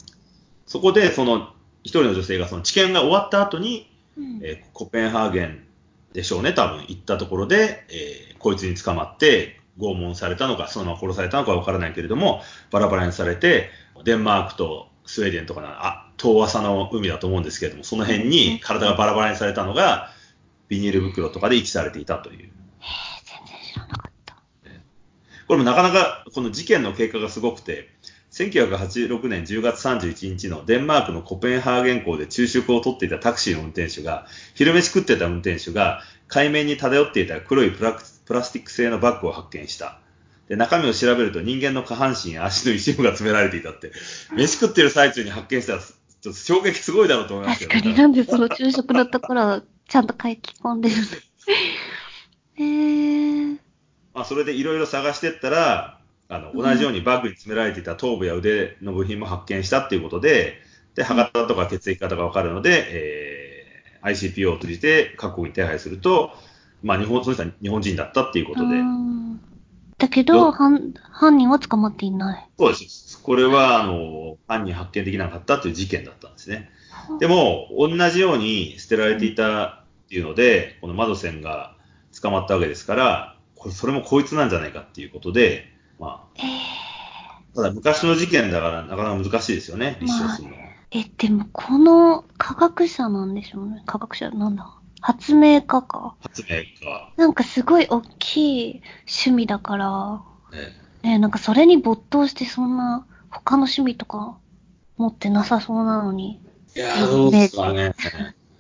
[SPEAKER 2] そこでその一人の女性がその知見が終わった後に、
[SPEAKER 1] うん
[SPEAKER 2] えーコペンハーゲンでしょうね、多分行ったところで、えーこいつに捕まって、拷問されたのか、そのまま殺されたのかわからないけれども、バラバラにされて、デンマークとスウェーデンとかの、あ、遠浅の海だと思うんですけれども、その辺に体がバラバラにされたのが、ビニール袋とかで遺棄されていたという。
[SPEAKER 1] 全然知らなかった。
[SPEAKER 2] これもなかなかこの事件の経過がすごくて、1986年10月31日のデンマークのコペンハーゲン港で昼食をとっていたタクシーの運転手が、昼飯食ってた運転手が、海面に漂っていた黒いプラクプラスチック製のバッグを発見した。で中身を調べると人間の下半身や足の一部が詰められていたって、飯食ってる最中に発見したら、ちょっと衝撃すごいだろうと思いますけ
[SPEAKER 1] 確
[SPEAKER 2] ど、
[SPEAKER 1] かになんでその昼食のところをちゃんと書き込ん でるのえー。
[SPEAKER 2] まあ、それでいろいろ探してったら、あの、同じようにバッグに詰められていた頭部や腕の部品も発見したっていうことで、で、測ったとか血液型がわかるので、えー ICPO を通じて各国に手配すると、まあ、日本、その人は日本人だったっていうことで、
[SPEAKER 1] うんだけど、
[SPEAKER 2] ど
[SPEAKER 1] 犯犯人は捕まっていない。
[SPEAKER 2] そうです。これは、あの、犯人発見できなかったという事件だったんですね。でも、同じように捨てられていたっていうので、このマドセンが捕まったわけですから、これそれもこいつなんじゃないかっていうことで、まあ、
[SPEAKER 1] えー
[SPEAKER 2] ただ昔の事件だからなかなか難しいですよね、立証するのは。
[SPEAKER 1] え、でもこの科学者なんでしょうね。科学者なんだ。発明家か。
[SPEAKER 2] 発明家、
[SPEAKER 1] なんかすごい大きい趣味だから、
[SPEAKER 2] ね、
[SPEAKER 1] ねなんかそれに没頭してそんな他の趣味とか持ってなさそうなのに。
[SPEAKER 2] いやー、どうですかね。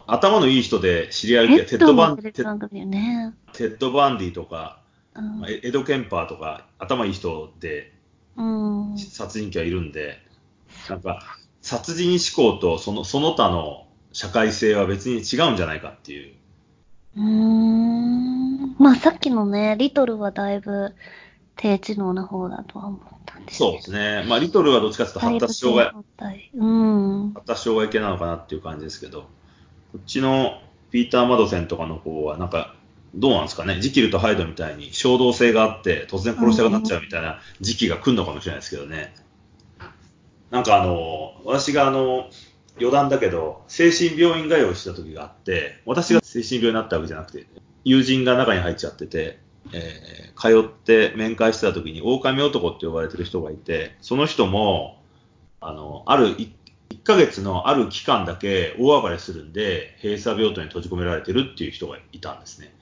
[SPEAKER 2] 頭のいい人で知り合い系、テッドバン、
[SPEAKER 1] テレ
[SPEAKER 2] テ
[SPEAKER 1] ビ番組よね。
[SPEAKER 2] テッドバンディとか、
[SPEAKER 1] うん
[SPEAKER 2] まあ。エエド・ケンパーとか、頭いい人で
[SPEAKER 1] うん。
[SPEAKER 2] 殺人鬼はいるんで、なんか、殺人思考とそのその他の社会性は別に違うんじゃないかっていう。
[SPEAKER 1] うーん。まあさっきのね、リトルはだいぶ低知能な方だとは思ったんです
[SPEAKER 2] そうですね。まあ、リトルはどっちかっていうと発達障害、
[SPEAKER 1] 害。うん。
[SPEAKER 2] 発達障害系なのかなっていう感じですけど、こっちのピーター・マドセンとかの方は、なんか、どうなんですかね、ジキルとハイドみたいに衝動性があって、突然殺したくなっちゃうみたいな時期が来るのかもしれないですけどね。なんかあの、私があの、余談だけど、精神病院通いした時があって、私が精神病になったわけじゃなくて、友人が中に入っちゃってて、えー通って面会してた時に、狼男って呼ばれてる人がいて、その人も、あの、ある一1ヶ月のある期間だけ大暴れするんで、閉鎖病棟に閉じ込められてるっていう人がいたんですね。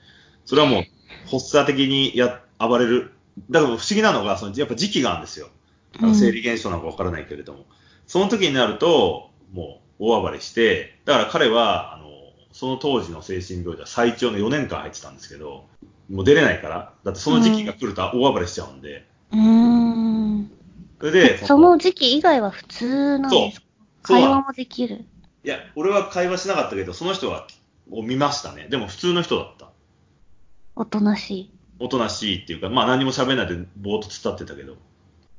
[SPEAKER 2] それはもう、発作的にや暴れる。だから不思議なのが、そのやっぱ時期があるんですよ。だから生理現象なんかわからないけれども。その時になると、もう大暴れして、だから彼は、あの、その当時の精神病では最長の4年間入ってたんですけど、もう出れないから、だってその時期が来ると大暴れしちゃうんで、
[SPEAKER 1] うーん。
[SPEAKER 2] それで、
[SPEAKER 1] その時期以外は普通なんですか
[SPEAKER 2] そうそう
[SPEAKER 1] 会
[SPEAKER 2] なの
[SPEAKER 1] 話もできる。
[SPEAKER 2] いや、俺は会話しなかったけど、その人はを見ましたね。でも普通の人だった。
[SPEAKER 1] おとなし
[SPEAKER 2] おとなしいっていうか、まあ何も喋んないでぼーっと突っ立ってたけど。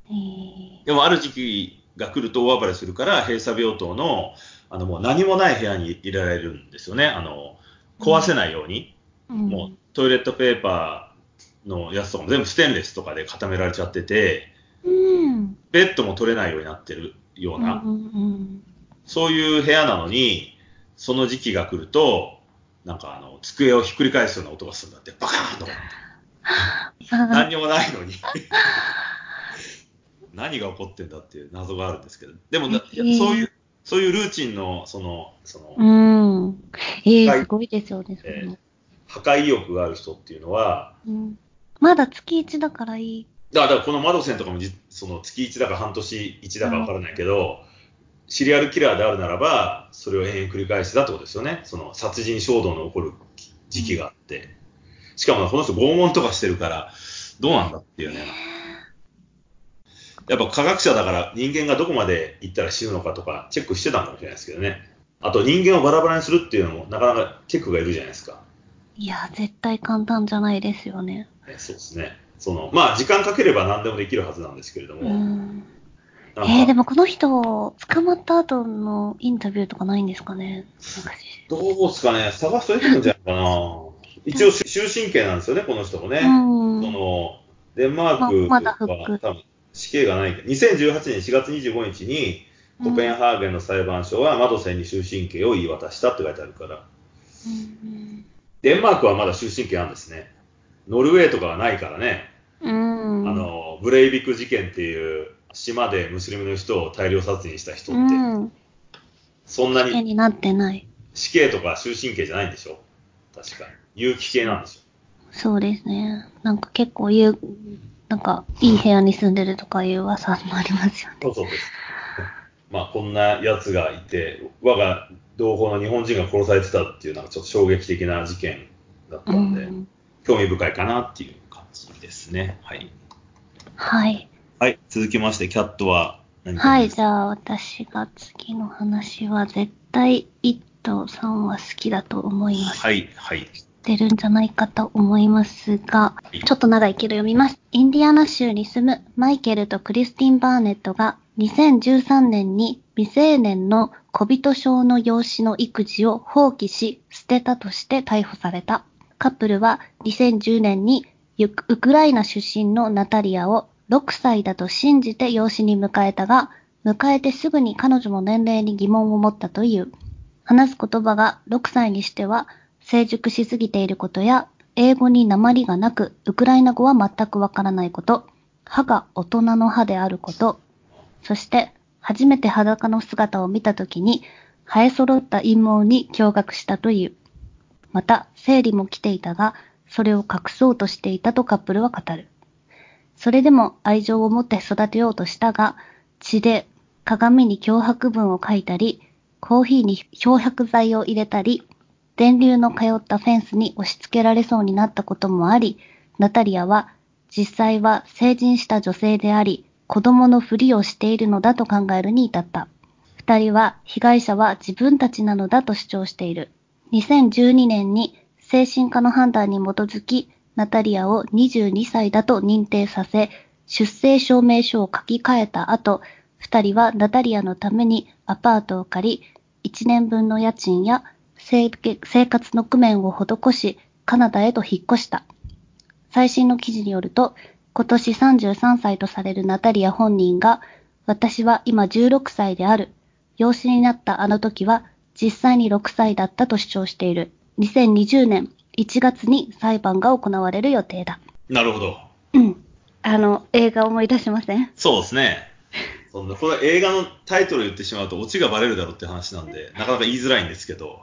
[SPEAKER 1] い。
[SPEAKER 2] でもある時期が来ると大暴れするから、閉鎖病棟の、あのもう何もない部屋に入れられるんですよね。あの、壊せないように。
[SPEAKER 1] えー
[SPEAKER 2] もうトイレットペーパーのやつとかも全部ステンレスとかで固められちゃってて、
[SPEAKER 1] うん。
[SPEAKER 2] ベッドも取れないようになってるよ
[SPEAKER 1] う。
[SPEAKER 2] うんな、
[SPEAKER 1] うん。
[SPEAKER 2] そういう部屋なのに、その時期が来ると、なんかあの、机をひっくり返すような音がするんだって、バカーンと。何にもないのに。 何が起こってんだっていう謎があるんですけど、でもな、いや
[SPEAKER 1] えー
[SPEAKER 2] そういう、そういうルーチンの、その、その、
[SPEAKER 1] うん。ええ
[SPEAKER 2] はい
[SPEAKER 1] すごいですよね、そ
[SPEAKER 2] え
[SPEAKER 1] れも
[SPEAKER 2] 破壊意欲がある人っていうのは、
[SPEAKER 1] うん。まだ月1だからいい。
[SPEAKER 2] だからだからこのマドセンとかもじ、その月1だか半年1だかわからないけど、シリアルキラーであるならば、それを延々繰り返してたってことですよね。その殺人衝動の起こる時期があって。しかもこの人拷問とかしてるから、どうなんだっていうね。やっぱ科学者だから人間がどこまで行ったら死ぬのかとかチェックしてたのかもしれないですけどね。あと人間をバラバラにするっていうのもなかなかチェックがいるじゃないですか。
[SPEAKER 1] いや、絶対簡単じゃないですよね。
[SPEAKER 2] ねそうですね。その、まあ時間かければ何でもできるはずなんですけれども。
[SPEAKER 1] うん。
[SPEAKER 2] なんか
[SPEAKER 1] えー、でもこの人、捕まった後のインタビューとかないんですかね
[SPEAKER 2] どうですかね、探しといてるんじゃないかな。一応、終身刑なんですよね、この人もね。
[SPEAKER 1] うん
[SPEAKER 2] そのデンマーク
[SPEAKER 1] ま
[SPEAKER 2] は、
[SPEAKER 1] まだ服
[SPEAKER 2] 多分死刑がないけど、2018年4月25日に、コペンハーゲンの裁判所はマドセンに終身刑を言い渡したって書いてあるから、
[SPEAKER 1] うん
[SPEAKER 2] デンマークはまだ終身刑なんですね。ノルウェーとかはないからね、
[SPEAKER 1] うん。うん
[SPEAKER 2] あの、ブレイビク事件っていう島でムスリムの人を大量殺人した人って、
[SPEAKER 1] うん。
[SPEAKER 2] そんな
[SPEAKER 1] 絵
[SPEAKER 2] に
[SPEAKER 1] になってない。
[SPEAKER 2] 死刑とか終身刑じゃないんでしょ確か。有期刑なんでしょ
[SPEAKER 1] そうですね。なんか結構言う、なんかいい部屋に住んでるとかいう噂もありますよね。
[SPEAKER 2] そうそうです。まあ、こんな奴がいて、我が同胞の日本人が殺されてたっていう、なんかちょっと衝撃的な事件だった
[SPEAKER 1] うん
[SPEAKER 2] で、
[SPEAKER 1] ん。
[SPEAKER 2] 興味深いかなっていう感じですね。はい。
[SPEAKER 1] はい。
[SPEAKER 2] はい、続きまして、キャットは何かあ
[SPEAKER 1] は
[SPEAKER 2] り
[SPEAKER 1] い、
[SPEAKER 2] ます
[SPEAKER 1] じゃあ私が次の話は絶対一頭さんは好きだと思います。
[SPEAKER 2] はい、はい。
[SPEAKER 1] ってるんじゃないかと思いますが
[SPEAKER 2] い、
[SPEAKER 1] ちょっと長いけど読みます。インディアナ州に住むマイケルとクリスティン・バーネットが2013年に未成年の小人症の養子の育児を放棄し捨てたとして逮捕された。カップルは2010年にゆウクライナ出身のナタリアを6歳だと信じて養子に迎えたが、迎えてすぐに彼女の年齢に疑問を持ったという。話す言葉が6歳にしては成熟しすぎていることや、英語に鉛がなく、ウクライナ語は全くわからないこと、歯が大人の歯であること、そして、初めて裸の姿を見たときに、生え揃った陰謀に驚愕したという。また、生理も来ていたが、それを隠そうとしていたとカップルは語る。それでも愛情を持って育てようとしたが、血で鏡に脅迫文を書いたり、コーヒーに漂白剤を入れたり、電流の通ったフェンスに押し付けられそうになったこともあり、ナタリアは実際は成人した女性であり、子供のふりをしているのだと考えるに至った。二人は被害者は自分たちなのだと主張している。2012年に精神科の判断に基づき、ナタリアを22歳だと認定させ、出生証明書を書き換えた後、二人はナタリアのためにアパートを借り、1年分の家賃や生生活の工面を施し、カナダへと引っ越した。最新の記事によると、今年33歳とされるナタリア本人が、私は今16歳である。養子になったあの時は、実際に6歳だったと主張している。2020年1月に裁判が行われる予定だ。
[SPEAKER 2] なるほど。
[SPEAKER 1] うん。あの、映画思い出しません
[SPEAKER 2] そうですね。そんな、これは映画のタイトル言ってしまうと、オチがバレるだろうって話なんで、なかなか言いづらいんですけど。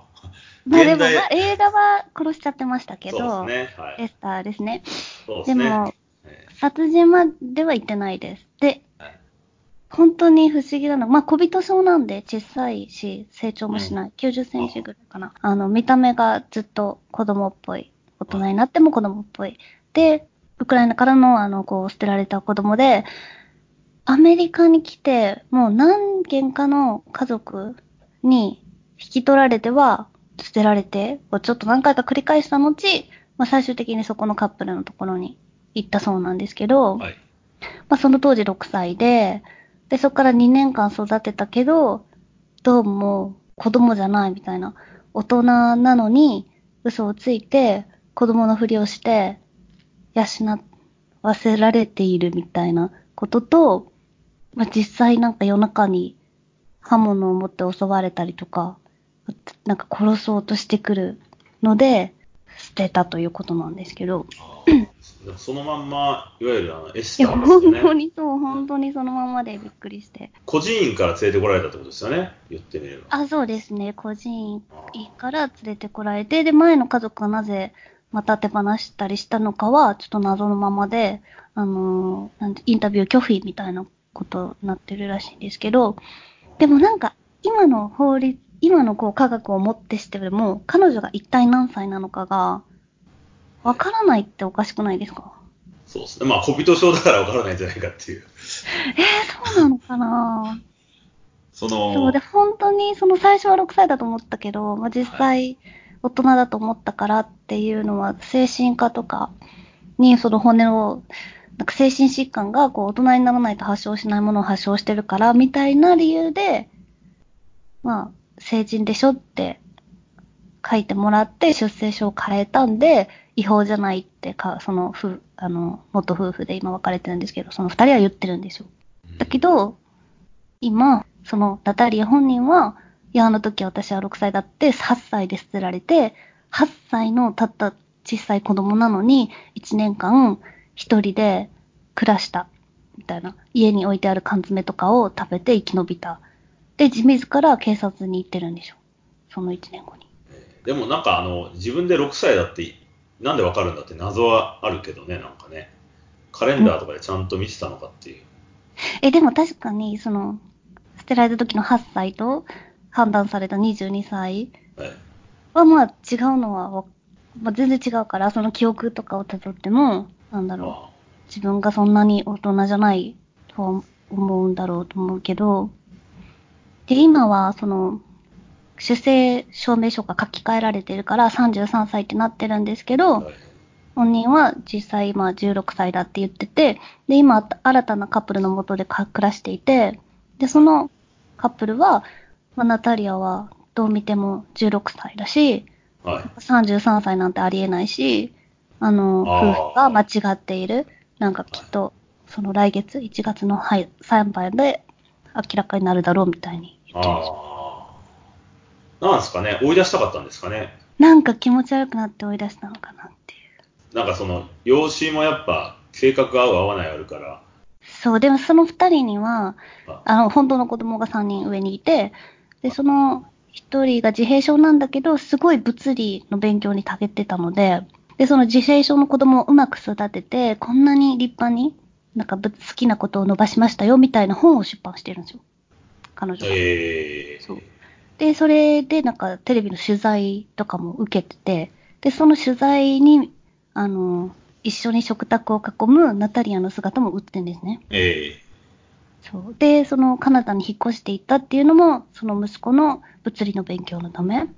[SPEAKER 1] まあでも、
[SPEAKER 2] 現代
[SPEAKER 1] まあ映画は殺しちゃってましたけ
[SPEAKER 2] そ
[SPEAKER 1] ど、
[SPEAKER 2] うですね。は
[SPEAKER 1] エ
[SPEAKER 2] い。
[SPEAKER 1] スターですね。
[SPEAKER 2] そう
[SPEAKER 1] で
[SPEAKER 2] で
[SPEAKER 1] す
[SPEAKER 2] ね。
[SPEAKER 1] も、
[SPEAKER 2] え
[SPEAKER 1] 殺人までは行ってないです。で
[SPEAKER 2] はい、
[SPEAKER 1] 本当に不思議なの。まあ、小人症なんで小さいし、成長もしない。90センチぐらいかな。あの、見た目がずっと子供っぽい。大人になっても子供っぽい。で、ウクライナからの、あの、こう、捨てられた子供で、アメリカに来て、もう何件かの家族に引き取られては、捨てられて、をちょっと何回か繰り返した後、まあ、最終的にそこのカップルのところに行ったそうなんですけど、
[SPEAKER 2] はい。
[SPEAKER 1] まあ、その当時6歳で、で、そこから2年間育てたけど、どうも子供じゃないみたいな。大人なのに嘘をついて、子供のふりをして、養わせられているみたいなことと、まあ、実際なんか夜中に刃物を持って襲われたりとか、なんか殺そうとしてくるので、捨てたということなんですけど。
[SPEAKER 2] あ ーでもそのまんま、いわゆるあのエス
[SPEAKER 1] い
[SPEAKER 2] タ
[SPEAKER 1] や、
[SPEAKER 2] ーですよ
[SPEAKER 1] 本当
[SPEAKER 2] ね。
[SPEAKER 1] にそう、本当にそのままでびっくりして。
[SPEAKER 2] 孤児院から連れてこられたってことですよね。言ってみれば。
[SPEAKER 1] あ、そうですね。個人
[SPEAKER 2] あー
[SPEAKER 1] いから連れてこられて、で、前の家族がなぜまた手放したりしたのかは、ちょっと謎のままで、あのーなんてインタビュー拒否みたいなことになってるらしいんですけど、でもなんか、今の法律、今のこう科学をもってしても、彼女が一体何歳なのかが、わからないっておかしくないですか
[SPEAKER 2] そうですね。まあ、小人症だから分からないんじゃないかっていう。
[SPEAKER 1] えー、そうなのかな
[SPEAKER 2] そ
[SPEAKER 1] そう
[SPEAKER 2] の
[SPEAKER 1] で、、本当に、その最初は6歳だと思ったけど、まあ、実
[SPEAKER 2] は
[SPEAKER 1] 際、大人だと思ったからっていうのは、精神科とかに、その骨を、なんか精神疾患がこう大人にならないと発症しないものを発症してるから、みたいな理由で、まあ、成人でしょって書いてもらって、出生証を変えたんで、違法じゃないってか、その夫、あの、元夫婦で今別れてるんですけど、その二人は言ってるんですよ。だけど、今、そのナタリア本人は、いや、あの時私は6歳だって、8歳で捨てられて、8歳のたった小さい子供なのに、1年間、一人で暮らした。みたいな。家に置いてある缶詰とかを食べて生き延びた。で、自自ら警察に行ってるんでしょ。その1年後に。
[SPEAKER 2] でもなんかあの、自分で6歳だって、なんで分かるんだって謎はあるけどね、なんかね。カレンダーとかでちゃんと見てたのかっていう。
[SPEAKER 1] え、でも確かに、その、捨てられた時の8歳と、判断された22歳
[SPEAKER 2] はい。
[SPEAKER 1] はまあ違うのはわ、まあ、全然違うから、その記憶とかをたどっても、なんだろ
[SPEAKER 2] ああ
[SPEAKER 1] う、自分がそんなに大人じゃないとは思うんだろうと思うけど、で、今はその、出生証明書が書き換えられてるから33歳ってなってるんですけど、
[SPEAKER 2] はい
[SPEAKER 1] 本人は実際今16歳だって言ってて、で、今新たなカップルのもとでか暮らしていて、で、そのカップルは、まあ、ナタリアはどう見ても16歳だし、
[SPEAKER 2] はい。
[SPEAKER 1] 33歳なんてありえないし、あの、
[SPEAKER 2] あー
[SPEAKER 1] 夫婦が間違っている。なんかきっと、その来月、1月のはい裁判で明らかになるだろうみたいに言ってました。
[SPEAKER 2] ああ。なんですかね、追い出したかったんですかね。
[SPEAKER 1] なんか気持ち悪くなって追い出したのかなっていう。
[SPEAKER 2] なんかその、養子もやっぱ、性格合う合わないあるから、
[SPEAKER 1] そう、でもその二人には
[SPEAKER 2] あ、
[SPEAKER 1] あの、本当の子供が三人上にいて、で、その一人が自閉症なんだけど、すごい物理の勉強に長けてたので、で、その自閉症の子供をうまく育てて、こんなに立派になんかぶ好きなことを伸ばしましたよみたいな本を出版してるんですよ。彼女が。
[SPEAKER 2] えー、
[SPEAKER 1] そう。で、それでなんかテレビの取材とかも受けてて、で、その取材に、あの、一緒に食卓を囲むナタリアの姿も映ってんですね。
[SPEAKER 2] え
[SPEAKER 1] そう。で、そのカナダに引っ越していったっていうのも、その息子の物理の勉強のため、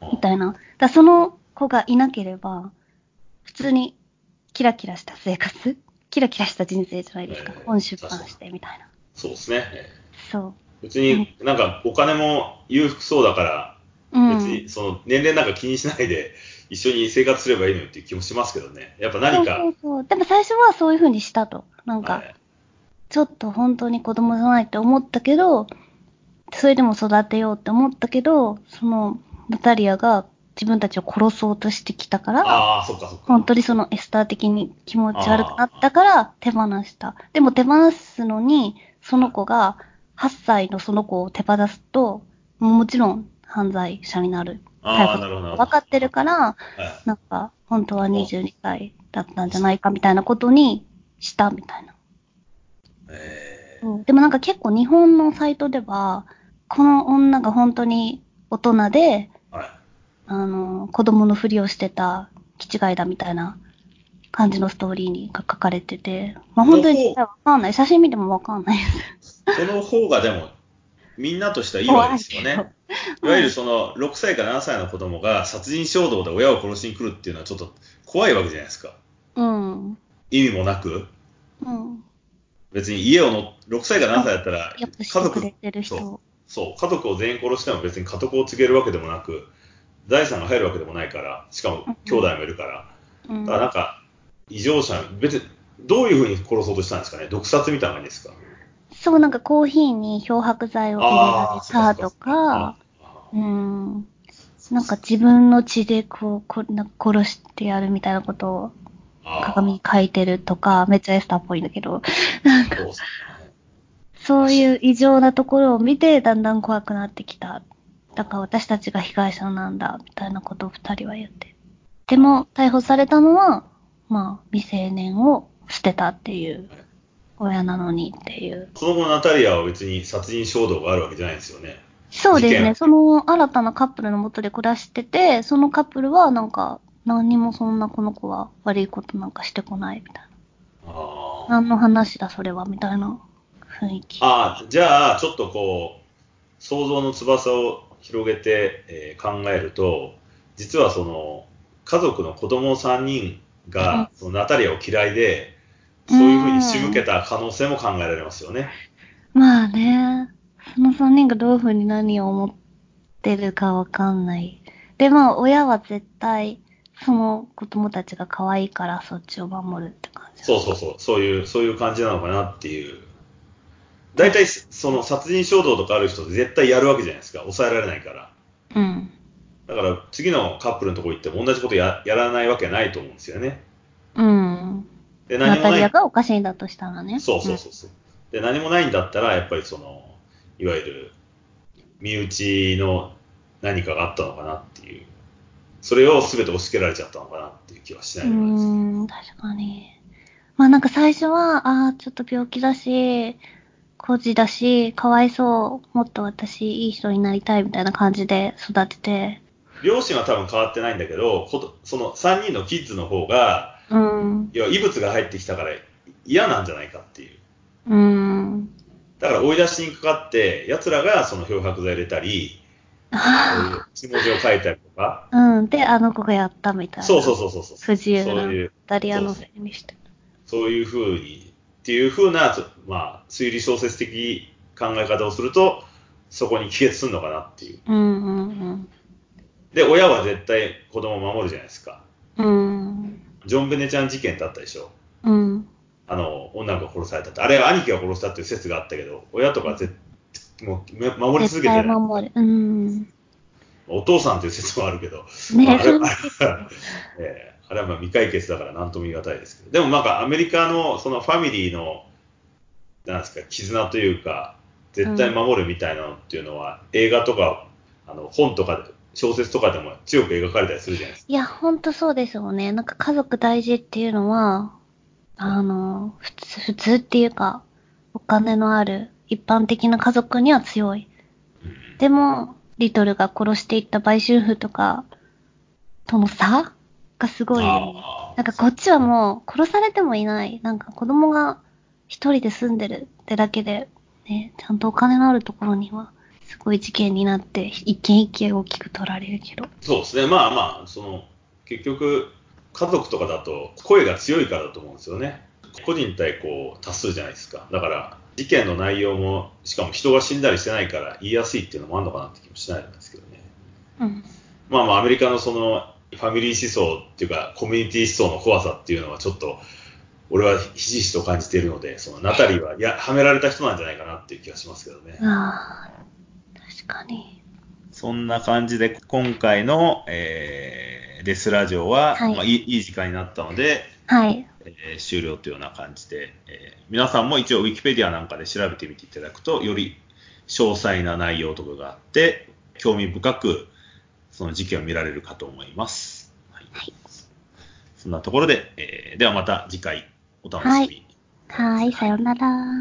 [SPEAKER 2] ー、
[SPEAKER 1] みたいな。だからその子がいなければ、普通にキラキラした生活、キラキラした人生じゃないですか。
[SPEAKER 2] ええ
[SPEAKER 1] 本出版してみたいな。
[SPEAKER 2] そうですね。えー
[SPEAKER 1] そ
[SPEAKER 2] 別になんかお金も裕福そうだから、
[SPEAKER 1] う。うん。
[SPEAKER 2] 別にその年齢なんか気にしないで 一緒に生活すればいいのよっていう気もしますけどね。やっぱ何か、
[SPEAKER 1] そうそうそう。でも最初はそういうふうにしたと。なんか、
[SPEAKER 2] はい
[SPEAKER 1] ちょっと本当に子供じゃないって思ったけど、それでも育てようって思ったけど、その、ナタリアが自分たちを殺そうとしてきたから、
[SPEAKER 2] ああ、そっかそっか。
[SPEAKER 1] 本当にそのエスター的に気持ち悪くなったから手放した。でも手放すのに、その子が8歳のその子を手放すと、もちろん犯罪者になる。
[SPEAKER 2] ああ、なるほど。
[SPEAKER 1] 分かってる
[SPEAKER 2] ら。
[SPEAKER 1] から、
[SPEAKER 2] はい
[SPEAKER 1] なんか、本当は22歳だったんじゃないかみたいなことにしたみたいな。
[SPEAKER 2] え
[SPEAKER 1] そうでもなんか結構日本のサイトでは、この女が本当に大人で、
[SPEAKER 2] ーはい
[SPEAKER 1] あの、子供のふりをしてた、気違いだみたいな感じのストーリーが書かれてて、まあ本当にわかんない。写真見てもわかんないです。
[SPEAKER 2] その方がでも、みんなとしてはいいわけですよ
[SPEAKER 1] 怖い
[SPEAKER 2] ね。いわゆるその6歳か7歳の子供が殺人衝動で親を殺しに来るっていうのはちょっと怖いわけじゃないですか。
[SPEAKER 1] うん。
[SPEAKER 2] 意味もなく。
[SPEAKER 1] うん。
[SPEAKER 2] 別に家をの、6歳か7歳だったら、
[SPEAKER 1] よく
[SPEAKER 2] 家
[SPEAKER 1] してくれ
[SPEAKER 2] 族、
[SPEAKER 1] てる人
[SPEAKER 2] そ。そう、家族を全員殺しても別に家督を告げるわけでもなく、財産が入るわけでもないから、しかも兄弟もいるから。
[SPEAKER 1] うん
[SPEAKER 2] だからなんか、異常者、別に、どういうふうに殺そうとしたんですかね毒殺みたいな感じですか
[SPEAKER 1] そう、なんかコーヒーに漂白剤を入れられたとか、
[SPEAKER 2] あ
[SPEAKER 1] うん。なんか自分の血でこう、こなんか殺してやるみたいなことを
[SPEAKER 2] ー
[SPEAKER 1] 鏡に書いてるとか、めっちゃエスターっぽいんだけど、なんか
[SPEAKER 2] そうっすね
[SPEAKER 1] そういう異常なところを見てだんだん怖くなってきた。だから私たちが被害者なんだ、みたいなことを二人は言って。でも逮捕されたのは、まあ未成年を捨てたっていう、親なのにっていう。
[SPEAKER 2] その後のナタリアは別に殺人衝動があるわけじゃないですよね。
[SPEAKER 1] そうです
[SPEAKER 2] 事
[SPEAKER 1] ね。
[SPEAKER 2] 件
[SPEAKER 1] その新たなカップルのもとで暮らしてて、そのカップルはなんか、何にもそんなこの子は悪いことなんかしてこないみたいな。
[SPEAKER 2] あー
[SPEAKER 1] 何の話だそれはみたいな雰囲気。
[SPEAKER 2] あー、じゃあ、ちょっとこう、想像の翼を広げて、えー考えると、実はその、家族の子供3人が、そのナタリアを嫌いで、そういうふうに仕向けた可能性も考えられますよね。
[SPEAKER 1] まあね、その3人がどういうふうに何を思ってるかわかんない。で、まあ親は絶対、その子供たちが可愛いからそっちを守るって感じ。
[SPEAKER 2] そうそうそう、そういう、そういう感じなのかなっていう。大体、その殺人衝動とかある人って絶対やるわけじゃないですか。抑えられないから。
[SPEAKER 1] うん。
[SPEAKER 2] だから次のカップルのとこ行っても同じことややらないわけないと思うんですよね。
[SPEAKER 1] うん。
[SPEAKER 2] で
[SPEAKER 1] ナ
[SPEAKER 2] 何も
[SPEAKER 1] タ
[SPEAKER 2] な
[SPEAKER 1] リア
[SPEAKER 2] い。
[SPEAKER 1] がおかしいんだとしたらね。
[SPEAKER 2] そうそうそうそう。で何もないんだったらやっぱりそのいわゆる身内の何かがあったのかなっていう。それを全て押し付けられちゃったのかなっていう気はしな
[SPEAKER 1] う
[SPEAKER 2] いでもないです。
[SPEAKER 1] ん、確かに。まあなんか最初は、ああ、ちょっと病気だし、孤児だし、かわいそう、もっと私いい人になりたいみたいな感じで育てて、
[SPEAKER 2] 両親は多分変わってないんだけど、ことその3人のキッズの方が
[SPEAKER 1] うん、
[SPEAKER 2] 要は異物が入ってきたから嫌なんじゃないかっていう。
[SPEAKER 1] うん、
[SPEAKER 2] だから追い出しにかかって、奴らがその漂白剤入れたり、 そういう気持ちを書いたりとか、
[SPEAKER 1] うん、で、あの子がやったみたい な。
[SPEAKER 2] そうそうそうそうそう。
[SPEAKER 1] 不自由
[SPEAKER 2] そうい
[SPEAKER 1] な
[SPEAKER 2] う、
[SPEAKER 1] ダリアのせいにして。
[SPEAKER 2] そういうふうに、っていうふうな、そまあ、推理小説的考え方をすると、そこに帰結するのかなっていう。
[SPEAKER 1] うんうん
[SPEAKER 2] で、親は絶対子供を守るじゃないですか。
[SPEAKER 1] うん。うん。
[SPEAKER 2] ジョン・ベネちゃん事件ってあったでしょ。
[SPEAKER 1] うん。
[SPEAKER 2] あの、女の子が殺されたって。あれは兄貴が殺したっていう説があったけど、親とかぜもうめ守り
[SPEAKER 1] 絶
[SPEAKER 2] 続けて
[SPEAKER 1] 対
[SPEAKER 2] ない。
[SPEAKER 1] 守る。うん。ね
[SPEAKER 2] お父さんっていう説もあるけど、まあ
[SPEAKER 1] え、
[SPEAKER 2] あ
[SPEAKER 1] そ
[SPEAKER 2] れ
[SPEAKER 1] う
[SPEAKER 2] はえーあれはまあ未解決だから何とも言い難いですけど、でもなんかアメリカのそのファミリーの、なんですか、絆というか、絶対守るみたいなのっていうのは、映画とか、あの本とかで、小説とかでも強く描かれたりするじゃないです
[SPEAKER 1] い
[SPEAKER 2] か。
[SPEAKER 1] や、ほんとそうですよね。なんか家族大事っていうのは、あの、普通、普通っていうか、お金のある一般的な家族には強い。でも、リトルが殺していった売春婦とか、との差がすごい。な
[SPEAKER 2] あ
[SPEAKER 1] んかこっちはもう殺されてもいない。なんか子供が一人で住んでるってだけで、ね、ちゃんとお金のあるところには、すごい事件になって、一件一件大きく取られるけど。
[SPEAKER 2] ーそうですね、まあまあ、その結局、家族とかだと、声が強いからだと思うんですよね。個人対こう多数じゃないですか。だから、事件の内容も、しかも人が死んだりしてないから言いやすいっていうのもあるのかなって気もしないんですけどね。
[SPEAKER 1] うん。
[SPEAKER 2] まあまあ、アメリカのそのファミリー思想っていうか、コミュニティ思想の怖さっていうのは、ちょっと、俺はひしひしと感じているので、そのナタリーは、いや、はめられた人なんじゃないかなっていう気がしますけどね。
[SPEAKER 1] ああ、確かに。
[SPEAKER 2] そんな感じで、今回の、えー、デスラジオは、
[SPEAKER 1] はい
[SPEAKER 2] いまあ、いいいい時間になったので、
[SPEAKER 1] はい。
[SPEAKER 2] えー終了というような感じで、えー皆さんも一応、ウィキペディアなんかで調べてみていただくと、より詳細な内容とかがあって、興味深く、その事件を見られるかと思います。はい
[SPEAKER 1] はい
[SPEAKER 2] そんなところで、えーではまた次回お楽しみに。
[SPEAKER 1] はい、さようなら。